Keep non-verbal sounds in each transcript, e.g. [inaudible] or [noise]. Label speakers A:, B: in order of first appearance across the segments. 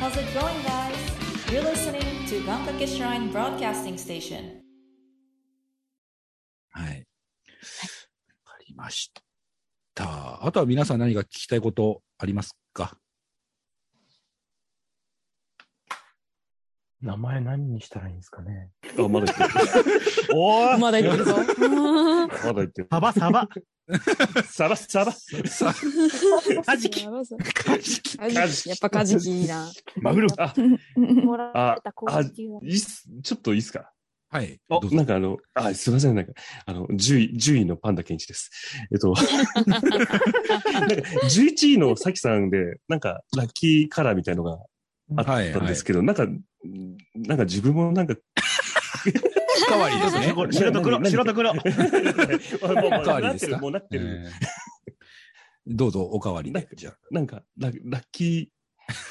A: How's it going, guys? You're listening to Gankake Shrine Broadcasting Station.
B: はい。わかりました。あとは皆さん何か聞きたいことありますか
C: 名前何にしたらいいんですかね。
D: あ、まだ言ってる。 [laughs] おー
E: まだ言ってるぞ。
D: まだ言ってる。
F: サバ
D: [laughs]
F: サバ。
D: サラッサラ。
B: さ
F: カジキ。
E: やばそう
B: カジキ
E: カジキやっぱカジキいいな。
D: マグロ。あ、
G: もらった攻撃を。
D: いいっす、ちょっといいっすか
B: はい。
D: あ
B: どう、ぞ
D: なんかあの、あ、すいません、なんか、あの、10位、10位のパンダケンイチです。えっ
E: [laughs]
D: と、なんか11位のサキさんで、なんか、ラッキーカラーみたいのがあったんですけど、なんか、なんか自分も [laughs] なんか、
B: 代わりですね。
F: 白白と黒、
D: 何
F: 白と黒。
D: まあまあ
B: 変わり
D: なっ
B: で
D: て
B: す
D: る、
B: か
D: もうなってる。
B: えーどうぞ、おかわりで。じゃあ
D: なんかラ、ラッキ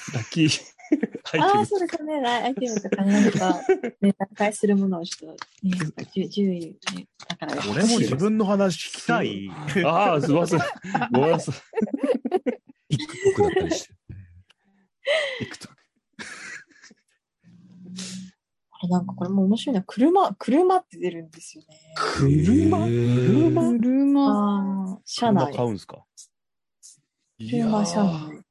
D: ー、ラッキー、アイテ
G: ああ、
D: ム
G: そうですね。ライアイテムとか何か、ね、段階するものをちょっと、ね、なんか10 10位、ね、だから、
D: [laughs]
F: 俺も自分の話聞きたい。
D: ああ、すいません。ごめんなさい。
B: 僕だったり
D: [laughs]
B: して。いくと。
G: あれなんかこれも面白いな。車、車って出るんですよね。
D: 車
B: えー
E: 車。
G: ああ、 [laughs] 車内。
F: 買うんすか
D: いや
G: 車、車
D: ー、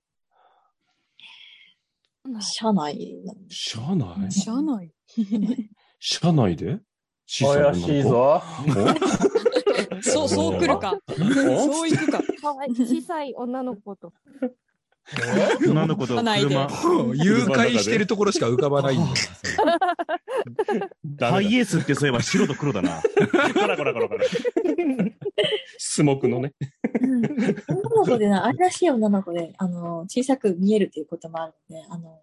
G: 内。車内なんで
D: 車内
E: 車内。
D: 車内で小
C: 怪しい。ぞ。
E: そう、そう来るか。そう行く [laughs] か。
G: かわいい
E: 小
G: さい女の子と。
F: 女の子と
E: 車内で
B: [laughs]
F: 車。
B: 誘拐してるところしか浮かばないん
D: [laughs]
B: だよ
D: ダ
F: ハ
D: メ
F: イ
D: だ。
F: エースってそういえば白と黒だ
D: [laughs]
F: な。
D: こらこらこらこら。スモークのね。
G: 女の子でな、愛らしい女の子で、あの、小さく見えるということもあるので、あの、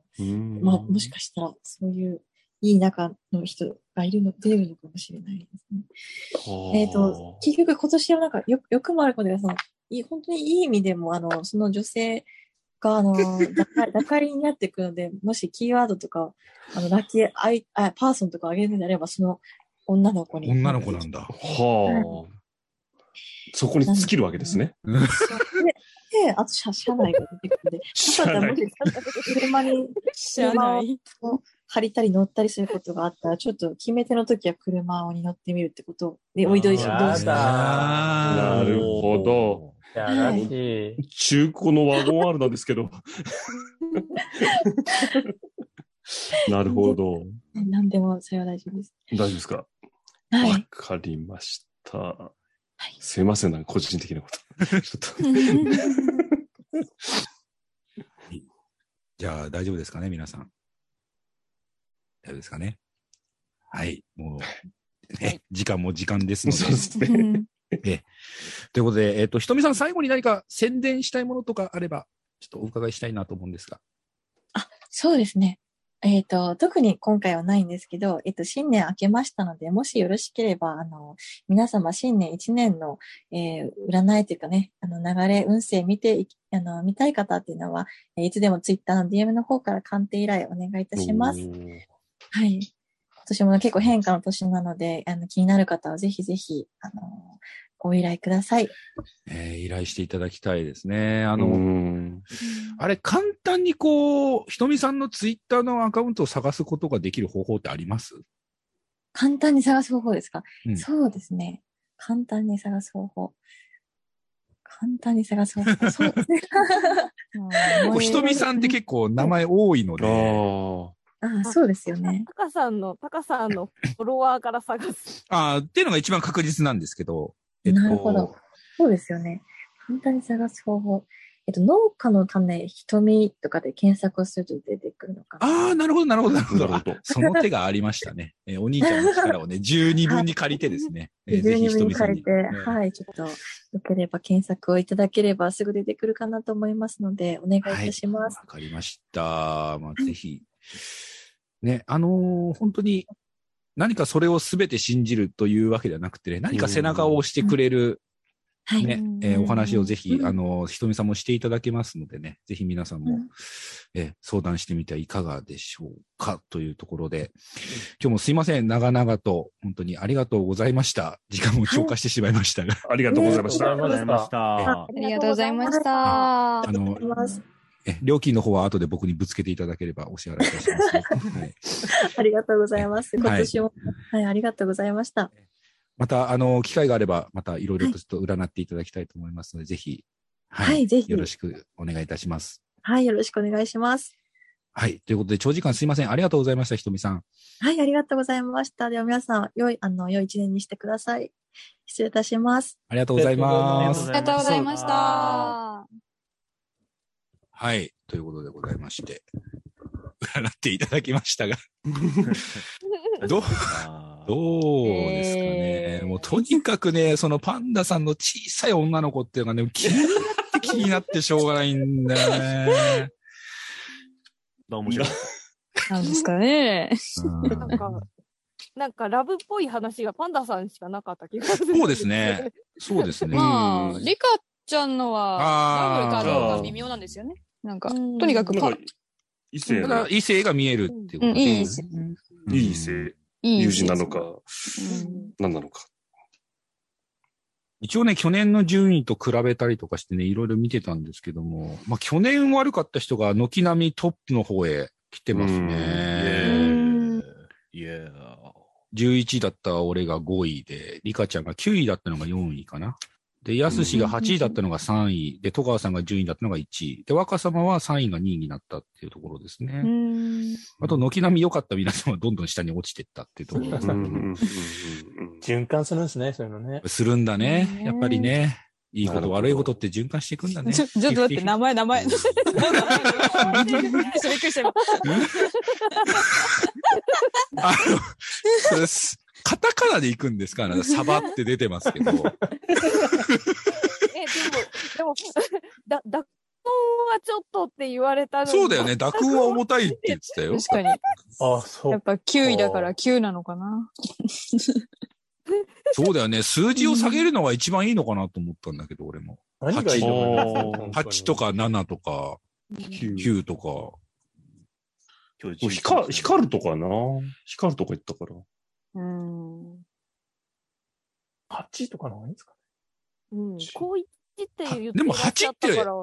G: まあ、もしかしたら、そういう、いい仲の人がいるの、出るのかもしれないですね。えっ、と、結局今年はなんかよ、よくもあることで、その、いい、本当にいい意味でも、あの、その女性が、
B: [laughs]
G: あの、だかり、だかりになっていくので、もしキーワードとか、あの、ラッキーアイ、あパーソンとかあげるんであれば、その女の子に。
B: 女の子なんだ。
D: はあ。そこに尽きるわけですね。
G: そうで、であと車、車内が出てくるんで、
D: 車
G: よかったら
D: 内
G: も。し車に
E: 車内。
G: 借りたり乗ったりすることがあったら、ちょっと決め手の時は車に乗ってみるってことで、おいどいし
C: や
G: どう
C: だ
G: し
D: なるほど。
C: 怪しい。
D: 中古のワゴンあるなんですけど。なるほど。
G: 何でもそれは大丈夫です。
D: 大丈夫ですか
G: は
D: わ
G: い。
D: かりました。
G: い
D: すいません、なんか個人的なこと。ちょっと
B: じゃあ大丈夫ですかね、皆さん。大丈夫ですかね。はい。もう、ね、時間も時間ですので。
D: そうです
E: う
D: ね。
E: ん
B: ということで、えっ、と、ひとみさん、最後に何か宣伝したいものとかあれば、ちょっとお伺いしたいなと思うんですが。
G: そうですね。えっ、と、特に今回はないんですけど、えっ、と、新年明けましたので、もしよろしければ、あの、皆様新年1年の、えー占いというかね、あの、流れ、運勢見ていき、あの、見たい方っていうのは、えーいつでもツイッターの DM の方から鑑定依頼お願いいたします。
D: おー
G: はい。今年も結構変化の年なので、あの気になる方はぜひぜひ、あの、ご依頼ください。
B: えー依頼していただきたいですね。あ
D: あ
B: の、
D: の、
B: あれ、簡単にこう、ひとみさんのツイッターのアカウントを探すことができる方法ってあります
G: 簡単に探す方法ですか、
B: うん
G: そうですね。簡単に探す方法。簡単に探す方
B: [laughs]
G: 法。そう [laughs] ですね。
B: こうひとみさんって結構名前多いの
D: あ
B: で、
D: ー
G: あそうですよね。
H: タカさんの、タカさんのフォロワーから探す。
B: あーっていうのが一番確実なんですけど、
G: なるほど。そうですよね。簡単に探す方法。えっと、農家の種、瞳とかで検索をすると出てくるのかな。
B: ああ、なるほど、なるほど、なるほど。
D: なるほど
B: あその手がありましたね。えーお兄ちゃんの力を
G: [laughs]
B: ね、十二分に借りてですね。えー
G: 十二
B: ひ
G: 分
B: と
G: に
B: みさん
G: 変えて、
B: ね
G: はい、ちょっと、よければ検索をいただければすぐ出てくるかなと思いますので、お願いいたします。
B: わかりました。まあ、ぜひ。ね、あのー本当に何かそれを全て信じるというわけではなくてね、何か背中を押してくれる、
G: はい。
B: ね、えーお話をぜひ
G: う、ん
B: あのーひとみさんもしていただけますのでね、ぜひ皆さんも、
G: うん
B: えー相談してみてはいかがでしょうかというところで、今日もすいません、長々と本当にありがとうございました。時間を超過してしまいましたが、
D: ありがとうございまし
C: あり。
D: た
C: がとうございました。
E: ありがとうございました。
B: あの
G: ありがとうございます
B: え料金の方は後で僕にぶつけていただければお支払いいたします、はい。
G: ありがとうございます。
B: はい
G: 今年も、はい、ありがとうございました。
B: また、あの、機会があれば、またいろいろとちょっと占っていただきたいと思いますので、ぜひ、
G: はい、ぜひ
B: よ、ろしくお願いいたします。
G: はい、よろしくお願いします。
B: はい。ということで、長時間すいません。ありがとうございました、ひとみさん。
G: はい、ありがとうございました。では皆さん、良い、あの、良い一年にしてください。失礼いたします。
B: ありがとうございま
E: あ
B: す
E: り。がとうございました。
B: はい。ということでございまして、占っていただきま
D: [laughs]
B: したが、どうどうですかね。
E: えー
B: もうとにかくね、そのパンダさんの小さい女の子っていうのがね、気になって気になってしょうがないんだよね。
F: どう面白い。
E: なんですかね。
B: うん
H: なんか、なんかラブっぽい話がパンダさんしかなかった気がする。
B: そうですね。。そうですね。
E: ま
D: う
E: あ、
D: ん
E: リカちゃんのは、
B: あー
E: ダブルかどうか微妙なんですよね。なんか、
G: うん
E: とにかく
D: な
E: パ
D: んか異
B: だ
D: 性の
B: から異性が見えるっていう
E: う
B: こと
E: ん、
B: で
E: いい
B: す
E: し。
B: ね。
D: いい異性、
E: いい
D: 友人なのか、
E: うん
D: 何なのか。
B: 一応ね、去年の順位と比べたりとかしてね、いろいろ見てたんですけども、まあ去年悪かった人が軒並みトップの方へ来てますね。
E: ん
F: いやー
B: 11位だった俺が5位で、リカちゃんが9位だったのが4位かな。で、ヤスシが8位だったのが3位、で、戸川さんが10位だったのが1位、で、若様は3位が2位になったっていうところですね。
E: うん
B: あと、軒並み良かった皆さんはどんどん下に落ちてったっていうところです
D: うんうん
B: ね。
D: うんうん
C: 循環するんですね、そういうのね。
B: するんだね。
E: ね
B: やっぱりね。いいこ
D: な
B: と、
D: るほど
B: 悪いことって循環していくんだね。
E: ちょ、ちょっと待って、名前、名 [laughs] 前。びっくりした今
B: あの、それす、カタカナで行くんですかあ
E: [laughs]
B: のサバって出てますけど。
H: え、で
E: [laughs]
H: も、でも、だ、濁音はちょっとって言われたのに
B: そうだよね。。濁音は重たいって言ってたよ。
E: 確かに。
C: あ、そ
E: やっ
C: う。
E: ぱ9位だから9なのかな。
B: そうだよね。数字を下げるのが一番いいのかなと思ったんだけど、俺も。
C: 何がいいの
D: うん
B: 8と。か7とか9とか。
F: 今日
D: もう光光るとかな光るとか言ったから。
E: うん。
C: 8とかの方がいいんですか
H: うん、高一って言って
B: でも
H: いらっしゃたから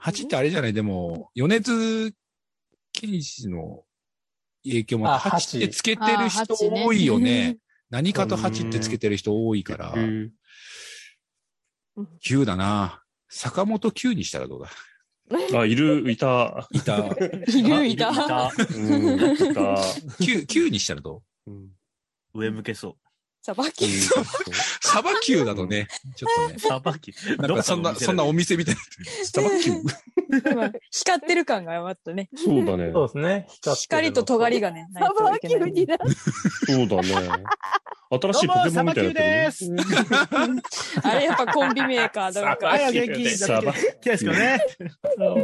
B: 8ってあれじゃないでも、米津玄師の影響もあって
C: あ
B: 8って
C: 8
B: つけてる人
E: あー8ね
B: 多いよね。何かと8ってつけてる人多いから、
D: うん
B: 9だな。坂本9にしたらどうだ
D: あ、いる、いた。
B: い [laughs] た。
E: [laughs] いるいた。
D: うん、いた。
B: 9、9にしたらどう
D: うん
F: 上向けそ
E: さばき。
B: サバ9だとね、ちょっとね
D: [laughs]
F: う。。さばき。
B: なんかそんな、そんなお店みたいになってる。サバ
E: 今光ってる感がまったね。
D: そうだね。
C: そう
D: そ
C: ですね。
E: 光と尖りがね、ない
H: サバは
E: といけ
H: 急
E: ない。
H: にな
D: うだね。新しいポケモンみたいになってるね。
E: あれやっぱコンビ名か、どうか。
F: はい、お元気
D: サバ
F: キュですけどね。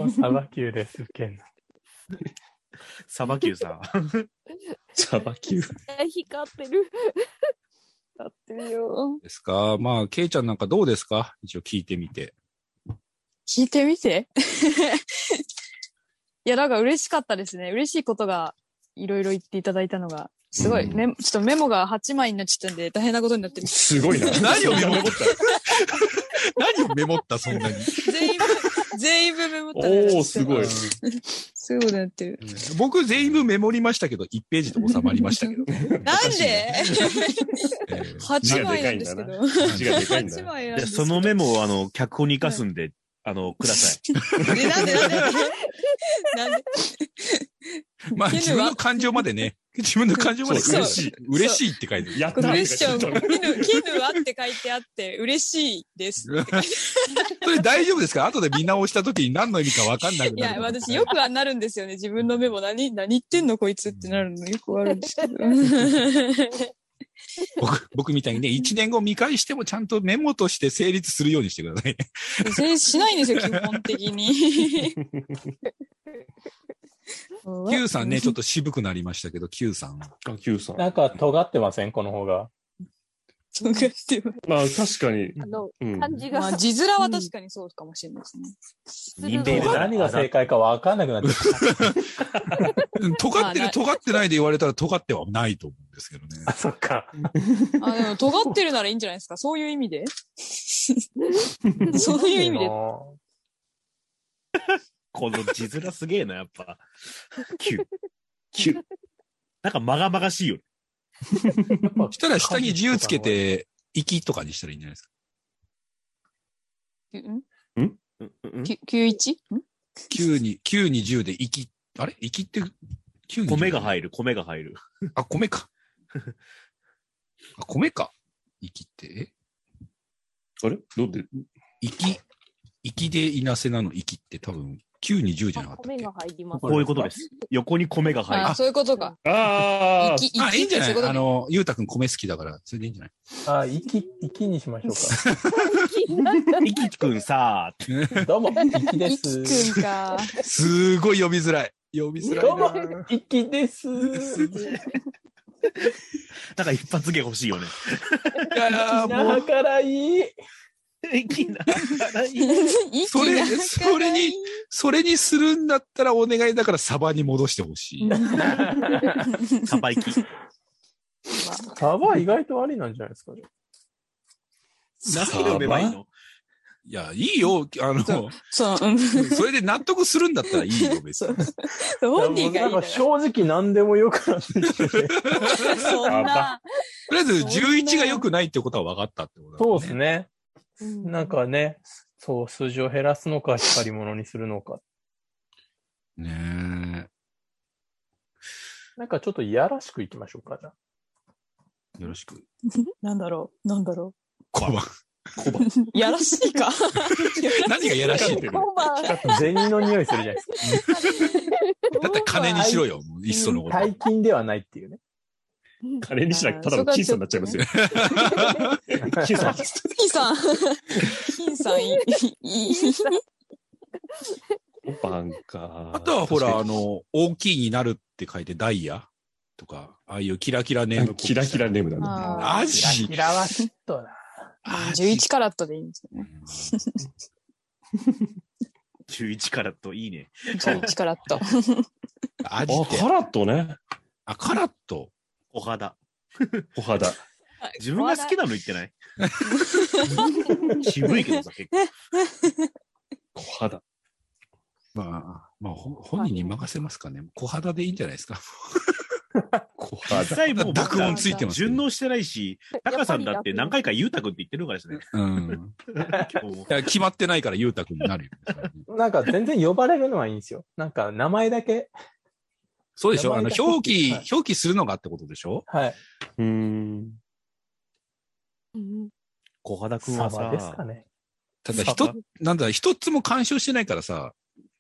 C: が。サバキューです、けん。
F: サバキューさ。
D: サバキュー。
H: 光ってる。
E: 光ってるよ。
B: ですかまあ、ケイちゃんなんかどうですか一応聞いてみて。
E: 聞いてみて。 [laughs] いや、なんか嬉しかったですね。嬉しいことがいろいろ言っていただいたのが。すごい、
B: うん
E: メモちょっとメモが8枚になっちゃったんで大変なことになってる。
D: すごいな。
B: 何をメモった何をメモったそんなに。
E: 全員 [laughs] 分、全員分メモったね
D: おおすごい。
E: すごいことになってる。
B: 僕全員分メモりましたけど、1ページで収まりました [laughs] けど。
E: [laughs] なんで
B: えー
E: ?8 枚なんですけど。
D: 字がでかいんだ
E: 8。枚なんで
F: じゃあ
E: す
F: そのメモを、あの、脚本に生かすんで、あの、ください。
E: えなんでなんでなんで
B: まあ、
E: 犬は
B: 自分の感情までね、自分の感情まで
E: そう
B: 嬉しい。
D: そう
B: 嬉しいって書いてる。
D: やっ
E: こ
D: た
E: れ嬉しちゃうもん。絹、絹はって書いてあって、嬉しいです。
B: [laughs] それ大丈夫ですか後で見直した時に何の意味かわかんなく
E: い
B: なる。
E: や、私よくはなるんですよね。自分のメモ何、何言ってんのこいつってなるのよくあるんですけど。
B: 僕、僕みたいにね、1年後見返してもちゃんとメモとして成立するようにしてください。
E: 全然しないんですよ、基本的に。
B: Q さんね、ちょっと渋くなりましたけど、Q さん。
D: あ、キューさん。
C: なんか尖ってませんこの方が。
E: とかっていう
D: まあ、確かに。
H: あの、
D: うん。
H: 感じ
E: ま
H: が
E: あ、。字面は確かにそうかもしれないですね。
F: 人間
H: だ。
C: 何が正解か分かんなくなってきた。
B: うん尖って
E: まあ
B: る、
E: な
B: 尖ってないで言われたら尖ってはないと思うんですけどね。
C: そっか。
E: あ、でも、尖ってるならいいんじゃないですか。そういう意味で。そういう意味で。
C: の
F: この字面すげえな、やっぱ。9。9。なんかまがまがしいよね。
B: したら下に自由つけて、息とかにしたらいいんじゃないですか。
F: うんうんうん
E: 九一？
B: 9に、9に10で息、あれ息って、9に
F: 米が入る、米が入る。
B: る。あ、米か。 [laughs] あ、米か。息って、え
D: あれどうで、
B: 息、息でいなせなの息って多分、9に10じゃなか
H: あ
B: ったっ
H: 米
B: け
H: が入ります。
F: こういうことです。横に米が入る。
E: あ、そういうことか。
D: ああ
E: 生、き生
B: あ、い
E: き
B: いん
E: っ
B: じゃな
E: てそういうこ
B: い
E: と
B: あ
E: ね
B: の、ゆうたくん米好きだから、それでいいんじゃない
C: あ、息、息にしましょう
F: いきくんさーって。
C: か。どうも、息で
E: い
C: す。
E: きくん [laughs] か。
B: すごい呼びづらい。呼びづら
C: どう
B: い
C: も
B: な。、
C: 息です。
F: なんか一発芸欲しいよね。
B: いやー
C: な
B: もう、
C: からいい。
F: いき [laughs] ながらいい
E: 息
B: それそれにそれにするんだったらお願いだからサバに戻してほしい。
F: サバイキ。
C: サバ意外とありなんじゃないですかね。
F: 何で呼べばいいの
B: いや、いいよ。あの、
E: そ [laughs] そう、うん。
B: それで納得するんだったらいいよ、別に。
E: 本人がいい
C: なんか
E: だろ。
C: 正直何でもよくなってきてて。
E: そんな。
B: とりあえず11が良くないってことは分かったってことだ
C: そ
B: も
C: うんです。ね。なんかね、そう、数字を減らすのか、光り物にするのか。
B: ね
C: なんかちょっといやらしくいきましょうか、じゃあ。
B: え。よろしく。
E: なんだろう。なんだろ
B: 小判。小判。
E: う。やらしいか。
B: [laughs] 何がやらしいってだっ
H: こんばんは。
C: だって銭の匂いするじゃないですか。
B: たら金にしろよ、もういっそのこと。
C: 大金ではないっていうね。
D: 金にしなくただの金さんになっちゃいますよ。金さん。
E: 金さん。金さんいい。いい。
D: おばんか。
B: あとはほら、あ
D: 確
B: の、大きいになるって書いてダイヤとか、ああいうキラキラネ
D: か
B: ー
D: に、
B: ム。
D: キラキラ。ネームなんだ。
E: あ
B: ア
C: キラ
B: ジ
C: キ。ラはきっとな。
E: あ。十一カラットでいいんですよね。
F: 11からといいね。
E: 十一カラット。
B: アジ
D: あ、
B: って
D: カ。ラットね。
B: あ、カラット。
F: お肌。
D: お肌。
F: 自分が好きなの言ってない
E: [laughs]
F: 渋いけどさ、結構。
D: お肌。
B: まあ、まあ、ほ本人に任せますかね。小肌でいいんじゃないですか。
D: お
F: 実
D: 肌。
F: 際もう、
B: 濁音ついてますけど
F: 順応してないし、タカさんだって何回かゆうたくんって言ってるからですね。
B: うん。
E: [laughs]
F: 今日も
B: [laughs] いや決まってないから、ゆうたくんになるよ。
C: なんか全然呼ばれるのはいいんですよ。なんか名前だけ。
B: そうでしょあの
C: 名前、だけ
B: 表記
C: はい、
B: 表記するのがってことでしょ
C: はい。
D: うーん。
F: 小肌くん
C: サ
F: は
C: バですか
F: さ、
C: ね。
B: ただ、
F: サ
B: 一
F: バ
B: つ、なんだ、一つも干渉してないからさ、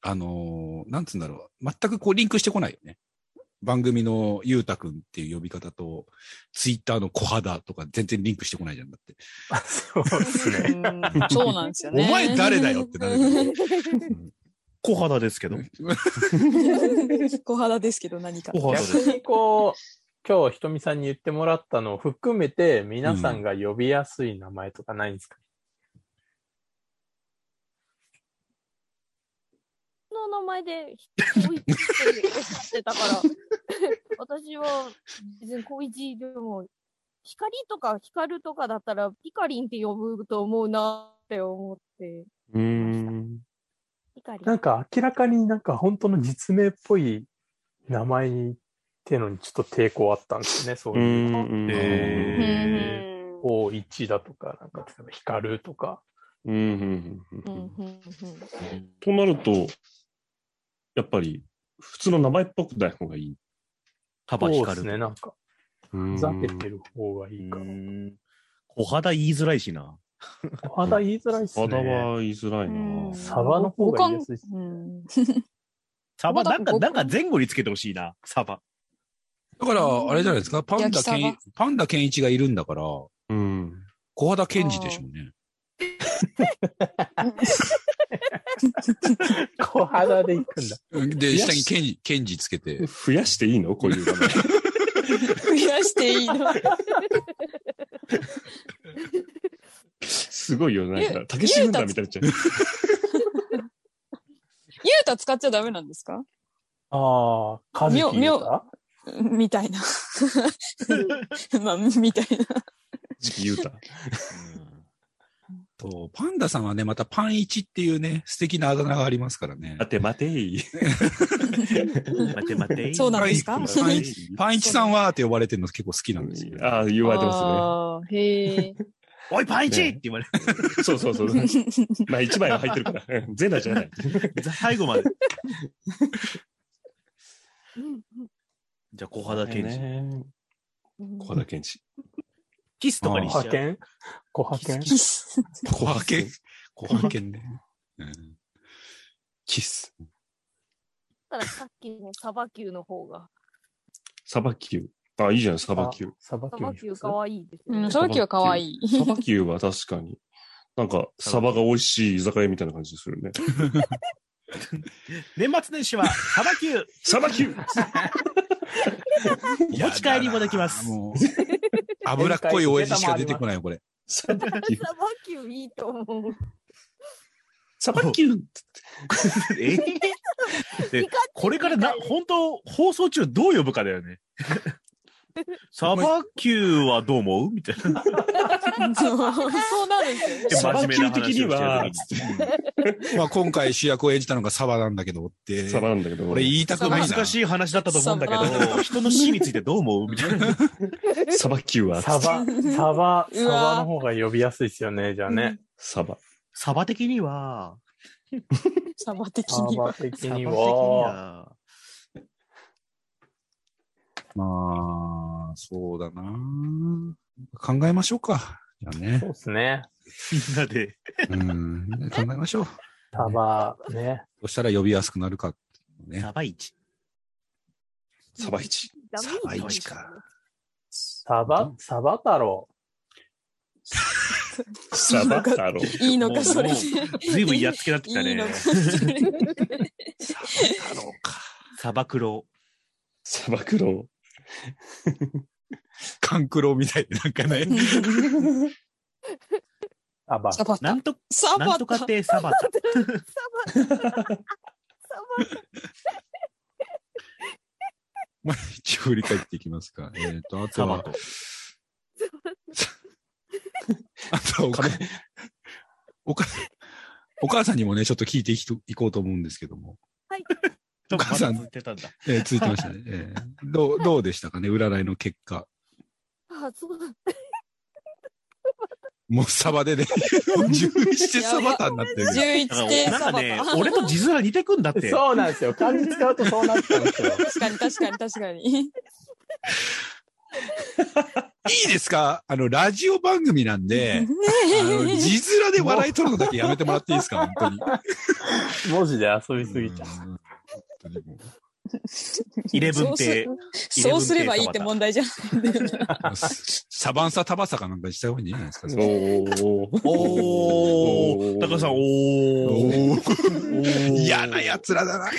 B: あのーなんつうんだろう。全くこう、リンクしてこないよね。番組のゆうたくんっていう呼び方と、ツイッターの小肌とか全然リンクしてこないじゃんだって。
C: あそうですね。
E: そうなんですよ
B: お
E: ね。
B: 前誰だよってなるから
F: 小肌ですけど。
E: [laughs] 小肌ですけど何か。
F: 小肌です。
C: 逆にこう、今日ひとみさんに言ってもらったのを含めて、皆さんが呼びやすい名前とかないんですか、
H: の名前で、高一っておっしゃってた [laughs] から、私は別に高一でも、光とか光とかだったら、ピカリンって呼ぶと思うなって思って。
D: うーん。
H: ピカリン。
C: なんか明らかになんか本当の実名っぽい名前にっていうのにちょっと抵抗あったんですね、そう
D: う
C: いう。
D: ん。
F: え
E: う
F: ー
E: ん
C: こう一だとか、なんか例えば光とか。
D: うんうんうん
E: う
D: うん
E: ん
D: うん
E: うんうん
D: となると、やっぱり、普通の名前っぽくない方がいい。
F: 幅
C: そうで
F: 光
C: すね、
F: る。
C: なんか、ふざけてる方がいいか
F: う
C: な。
F: ん小肌言いづらいしな。
C: お肌言いづらいっすね。
D: 肌は言いづらい
E: うん
D: な。
C: サバの方が言いやすいっす
E: うん
F: サバ、
E: 小肌
F: なんか、
E: 五
F: な
E: 感
F: んか前後につけてほしいな、サバ。
B: だから、あれじゃないですか。パン
E: 焼
B: ダ
E: きサバ
B: ケン、パンダケンイチがいるんだから、
D: うん。
B: 小肌ケンジでしょうね。
C: 小肌で行くんだ。
B: で、
D: いや
B: 下にケンジ、ケンジつけて。
D: 増やしていいのこういう名前。
E: 増やしていいの。
D: すごいよ。なんか
E: ゆ、
D: たけし軍団みたいになっちゃう。
E: ゆうた使っちゃダメなんですか
C: ああ、カズキ
E: みょ
C: とか
E: みたいな。まあ、みたいな。
D: 時期言うた。
B: そう、パンダさんはね、またパンイチっていうね、素敵なあだ名がありますからね。
D: 待て待てい。
F: 待て待
E: [laughs]
F: て。
E: そうなんですか
B: パンイ
F: 待て
B: チパンイチパ
F: 待て
B: ンイチさんはって呼ばれてるの結構好きなんですよ。
D: ああ、言われてま
H: あーへえ。
F: おい、パンイチ
D: ね
F: って言われ
D: すね。そうそうそ
E: [laughs]
D: う。まあ一枚は入ってるから。うん全裸じゃない。
F: る。最後まで。
H: うん
F: じゃあ、小肌検事。
D: ね
H: うん
D: 小田健二。
F: キスとかにし
C: 派
F: ちゃう。
C: 遣小派遣
B: 小派遣小派遣ね。うん
D: キス。
H: だからさっきのサバキューの方が、
D: サバキュー。あ、いいじゃない、サバキュー。
C: サバ
H: サ
C: キュ
H: バ
C: ーに
H: キュ
C: し
H: ー
C: ま
H: 可愛いですよ
E: う
H: ね
E: ん、。その時は可愛い。
D: サバキューは確かに。なんか、サバが美味しい居酒屋みたいな感じするね。
F: 年末年始は、サバキュー。
D: サバキュー
F: お [laughs] 持ち帰りもできます。
B: もう、脂っこい親父しか出てこないよ、
F: [laughs]
B: これ。
D: サバキュー
H: サバキューいいと思う。
D: サバキュー
F: [laughs] え [laughs] でこれからな、本当放送中どう呼ぶかだよ [laughs] ね。サバキューはどう思うみたい [laughs] な。
E: そうなんですよね。
D: サバ
F: 真
D: キュー
F: 面目な
D: 的
F: 話
D: に
F: をして
D: は
F: る、
B: まあ今回主役を演じたのがサバなんだけどって、
D: サバなんだけど。
B: 俺言いたくないな。
F: 難しい話だったと思うんだけ
E: サ
F: ど、 [laughs] 人の死についてどう思うみたいな。
D: サバキューは、
C: サバ、サバ、
E: う
C: サ
E: わ
C: バの方が呼びやすいですよね、じゃあね。
D: サバ。
F: サバ的には、
E: サバ的
C: サ
E: には。
C: バ的
F: サバ
C: に
F: 的に
C: は、
F: は、
B: まあ、そうだな。考えましょうか。じゃあね
C: そう。ですね。
F: みんなで、
B: うん。考えましょう。ど
C: サバ、ね。
B: うしたら呼びやすくなるかっていうね。
F: サバイチ。
D: サバイチ。
H: ダメ
B: サバイ
H: ージ
B: チか。
C: サバ、サバ太郎。
D: サバ太郎。
E: いいのか、それ
F: もう。ずいぶんやっつけなってきた
E: いいの
F: ね
E: か。。それ
B: 太郎か。
F: [laughs] サバクロ。
D: サバクロ
B: カンクロみたいでなんかね。
C: サバ。
E: サバ
F: な
E: タ
F: ん。と、
E: サ
F: な
E: バ
F: んとかっ
E: タ。
F: てサバタ。
H: [laughs] サバ、サバ
B: まあ一応振り返っていきますか。えっ、と、あと
F: サバ
B: は
F: と、。
B: あとはおかおか、お母さんにもね、ちょっと聞いていきといこうと思うんですけども。
F: お
B: 母さん
F: 言ってたんだ。
B: えー、ついてましたね。えー [laughs] どう、どうでしたかね、占いの結果。
H: あ、そうだ。
B: もうサバでね、もう自分してサバタになってるけど。
E: 11
F: だから
E: 点
F: なん
E: サ
F: か
E: バ
F: ね
E: タ。、
F: 俺と地面似てくんだって。
C: そうなんですよ。漢字使うとそうなっちゃうん
D: [laughs]
C: ですよ。
E: 確かに確かに確かに。
B: いいですかあの、ラジオ番組なんで、あの、
E: ね
B: 字面で笑い取るのだけやめてもらっていいですか本当に。
C: 文字で遊びすぎちゃう。
B: うん本当にもう
F: イレブン
E: え
F: テ。
E: そうすればいいって問題じゃないんだよね。
B: あのササバンサタバサかなんかにした方がいいんじゃないですか
D: おー。
F: お
D: お
F: ー、
D: ー
F: 高橋さん、おー。
B: お
F: お
B: ー
F: ー
B: 嫌な奴らだな。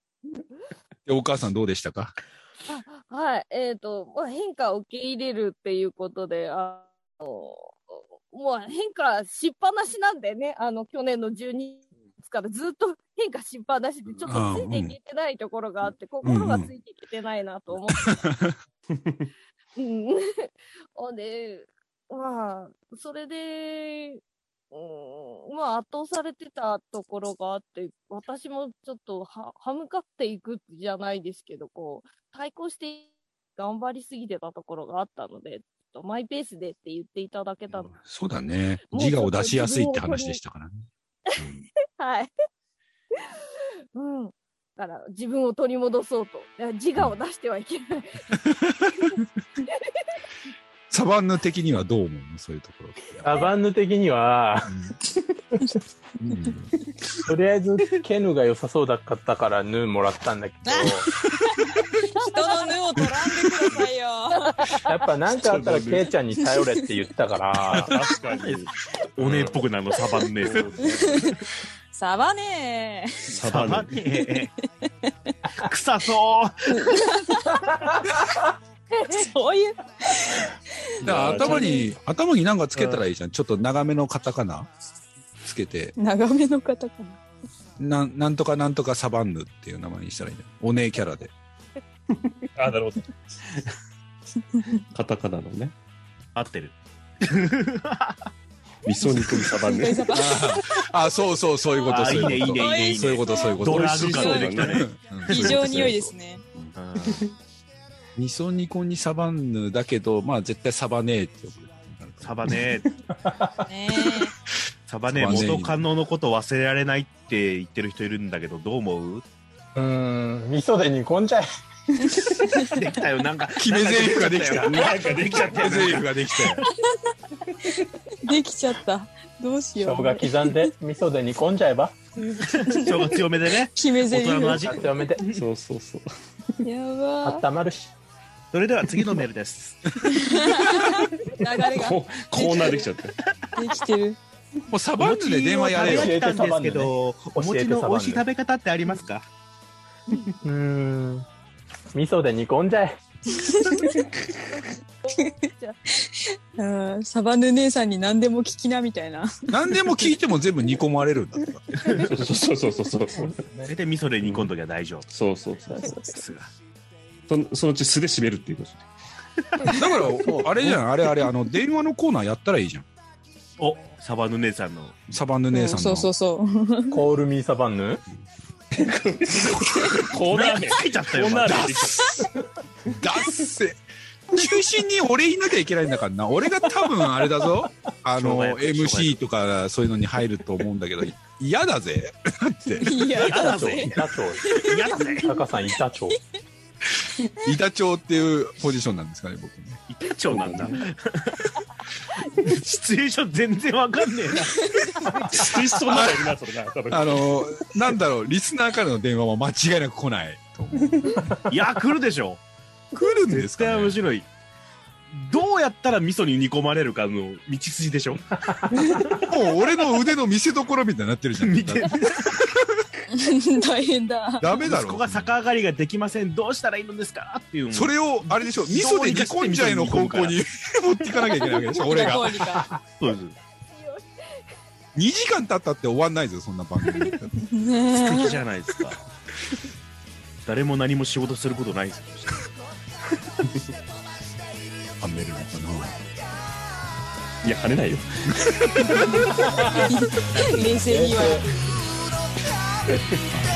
B: [laughs] でお母さんどうでしたか
H: はい。えっ、と、まあ、変化を受け入れるっていうことで、あの、もう変化しっぱなしなんでね、あの、去年の12月からずっと変化しっぱなしで、ちょっとついていけてないところがあって、心がついていけてないなと思って。 [laughs] うん。ほんで、まあ、それで、うん、まあ、圧倒されてたところがあって、私もちょっとは、歯向かっていくじゃないですけど、こう、対抗して頑張りすぎてたところがあったので、ちょっとマイペースでって言っていただけたの。
B: そうだね。自我を出しやすいって話でしたからね。
H: はい。 [laughs] うん。だから、自分を取り戻そうと。いや自我を出してはいけない。
B: サバンヌ的にはどう思うのそういうところって。
C: サバンヌ的には、
B: うんうん
C: とりあえず、ケヌが良さそうだったから、ヌーもらったんだけど、
E: 人の縫を取らんでくださいよ。
C: やっぱなんかあったらケイちゃんに頼れって言った
D: [laughs]
C: から、
D: 確かに。
F: おねえっぽくなるの、サバンね
E: サバねー。
D: サ
F: サ
D: バ
F: バ
D: ね。
F: ねえ。臭そう。
E: [laughs] そういう。
B: だから頭に、頭になんかつけたらいいじゃん。ちょっと長めのカタカナつけて、
E: 長めの方か [laughs] な。
B: なん、なんとかなんとかサバンヌっていう名前にしたらいいんだよ。お姉キャラで。
D: あ、なるほど。カタカナのね。
F: 合ってる。
D: 味噌煮込みサバン
E: 大
D: ね。
E: サバ。
B: ああ、そうそう、そういうこと、
F: あ
B: そう
F: ー
B: いうこと。
F: いいね、いいね、いいね。
B: そういうこと、そういうこと。
F: ドラッグ感出てきたね。 [laughs]
B: うん
E: 非常に良いです。ね。
F: うん
B: 味噌煮込みサバンヌだけど、まあ絶対サバねえってこと。
F: サバね、
E: ね
F: サバね、
B: サバね
F: 元カノのこと忘れられないって言ってる人いるんだけど、どう思う
C: うーん、味噌で煮込んじゃえ。
F: できたよ、なんか。
B: 決め台詞ができた
F: なん
B: [laughs]
F: かできちゃったよ。
B: ゼリフができたよ。
E: えできちゃった。どうし
C: 生
E: よ
C: 姜
E: う。
C: 刻んで、味噌で煮込んじゃえば。
F: 生姜強めでね。
E: 決め台
F: 大
E: 詞。
F: 人の味。
C: 強めで、
D: そうそうそう。
E: やば
C: 温まるし。
F: それでは次のメールです。
E: ー。流れが
D: こコーナーできちゃった。
E: できてる。
B: もうサバンヌで電話やれよ
F: お。餅を食べ飽きたんですけど、お
C: 教えて
F: 餅
C: サバンナね
F: の美味しい食べ方ってありますか
C: うーん、味噌で煮込んじゃえ。
E: うんサバヌ姉さんに何でも聞きなみたいな。
B: [laughs] 何でも聞いても全部煮込まれるんだとか。
D: そうそうそうそうそう。
F: それで味噌で煮込んどきゃ大丈夫。
D: そうそうそう。
F: さすが。
D: そのそのうち素で締めるっていうことですね。
B: だから、あれじゃん、あれあれ、あの、電話のコーナーやったらいいじゃん。
F: お、サバの姉さんの。
B: サバンヌ姉さんの。
E: そうそうそう。
C: コールミーサバンヌ
D: コーナ [laughs] ー名。
F: つけちゃったよ。
D: コー
F: ま
D: ナー
F: だ
D: 名でき
B: だっせ。中心に俺いなきゃいけないんだからな。俺が多分あれだぞ。あ
F: しょうがない
B: の、
F: しょうがない
B: MC とかそういうのに入ると思うんだけど、嫌だぜ。
E: いや、 [laughs]
F: やだ
C: そう
F: ぜ。
C: 板長。
F: やだぜ。
C: タカさん板長。
B: 板長っていうポジションなんですかね、僕ね。
F: 一丁なんだ。シチュエーション全然わかんね
D: た。ツイストになるな、それな。多分
B: あの、なんだろう、リスナーからの電話は間違いなく来ないと思う。
F: えな。いや、来るでしょ。
B: 来るんです
F: 絶
B: か、
F: 対面
B: ね、
F: 白い。どうやったら味噌に煮込まれるかの道筋でしょ。
B: もう俺の腕の見せ所みたいになってるじゃん。
F: 見て
E: 大変だ。
B: ダメだ
F: 息
B: ろ
F: 子。が逆上がりができません。どうしたらいいのですかっていう。
B: それを、あれでしょ、味噌で煮込んじゃえの方向に持っていかなきゃいけないわけでしょ、俺が。 [laughs]
E: どうにか
F: そうです。
B: 2時間経ったって終わんないぞ、そんな番組。
F: 素
E: [laughs]
F: 敵
E: ね [laughs]
F: じゃないですか。 [laughs] 誰も何も仕事すること [laughs] ないですよ。
B: はめるのかな。
D: いや、跳ねないよ。
E: え冷静に言われる。
B: あ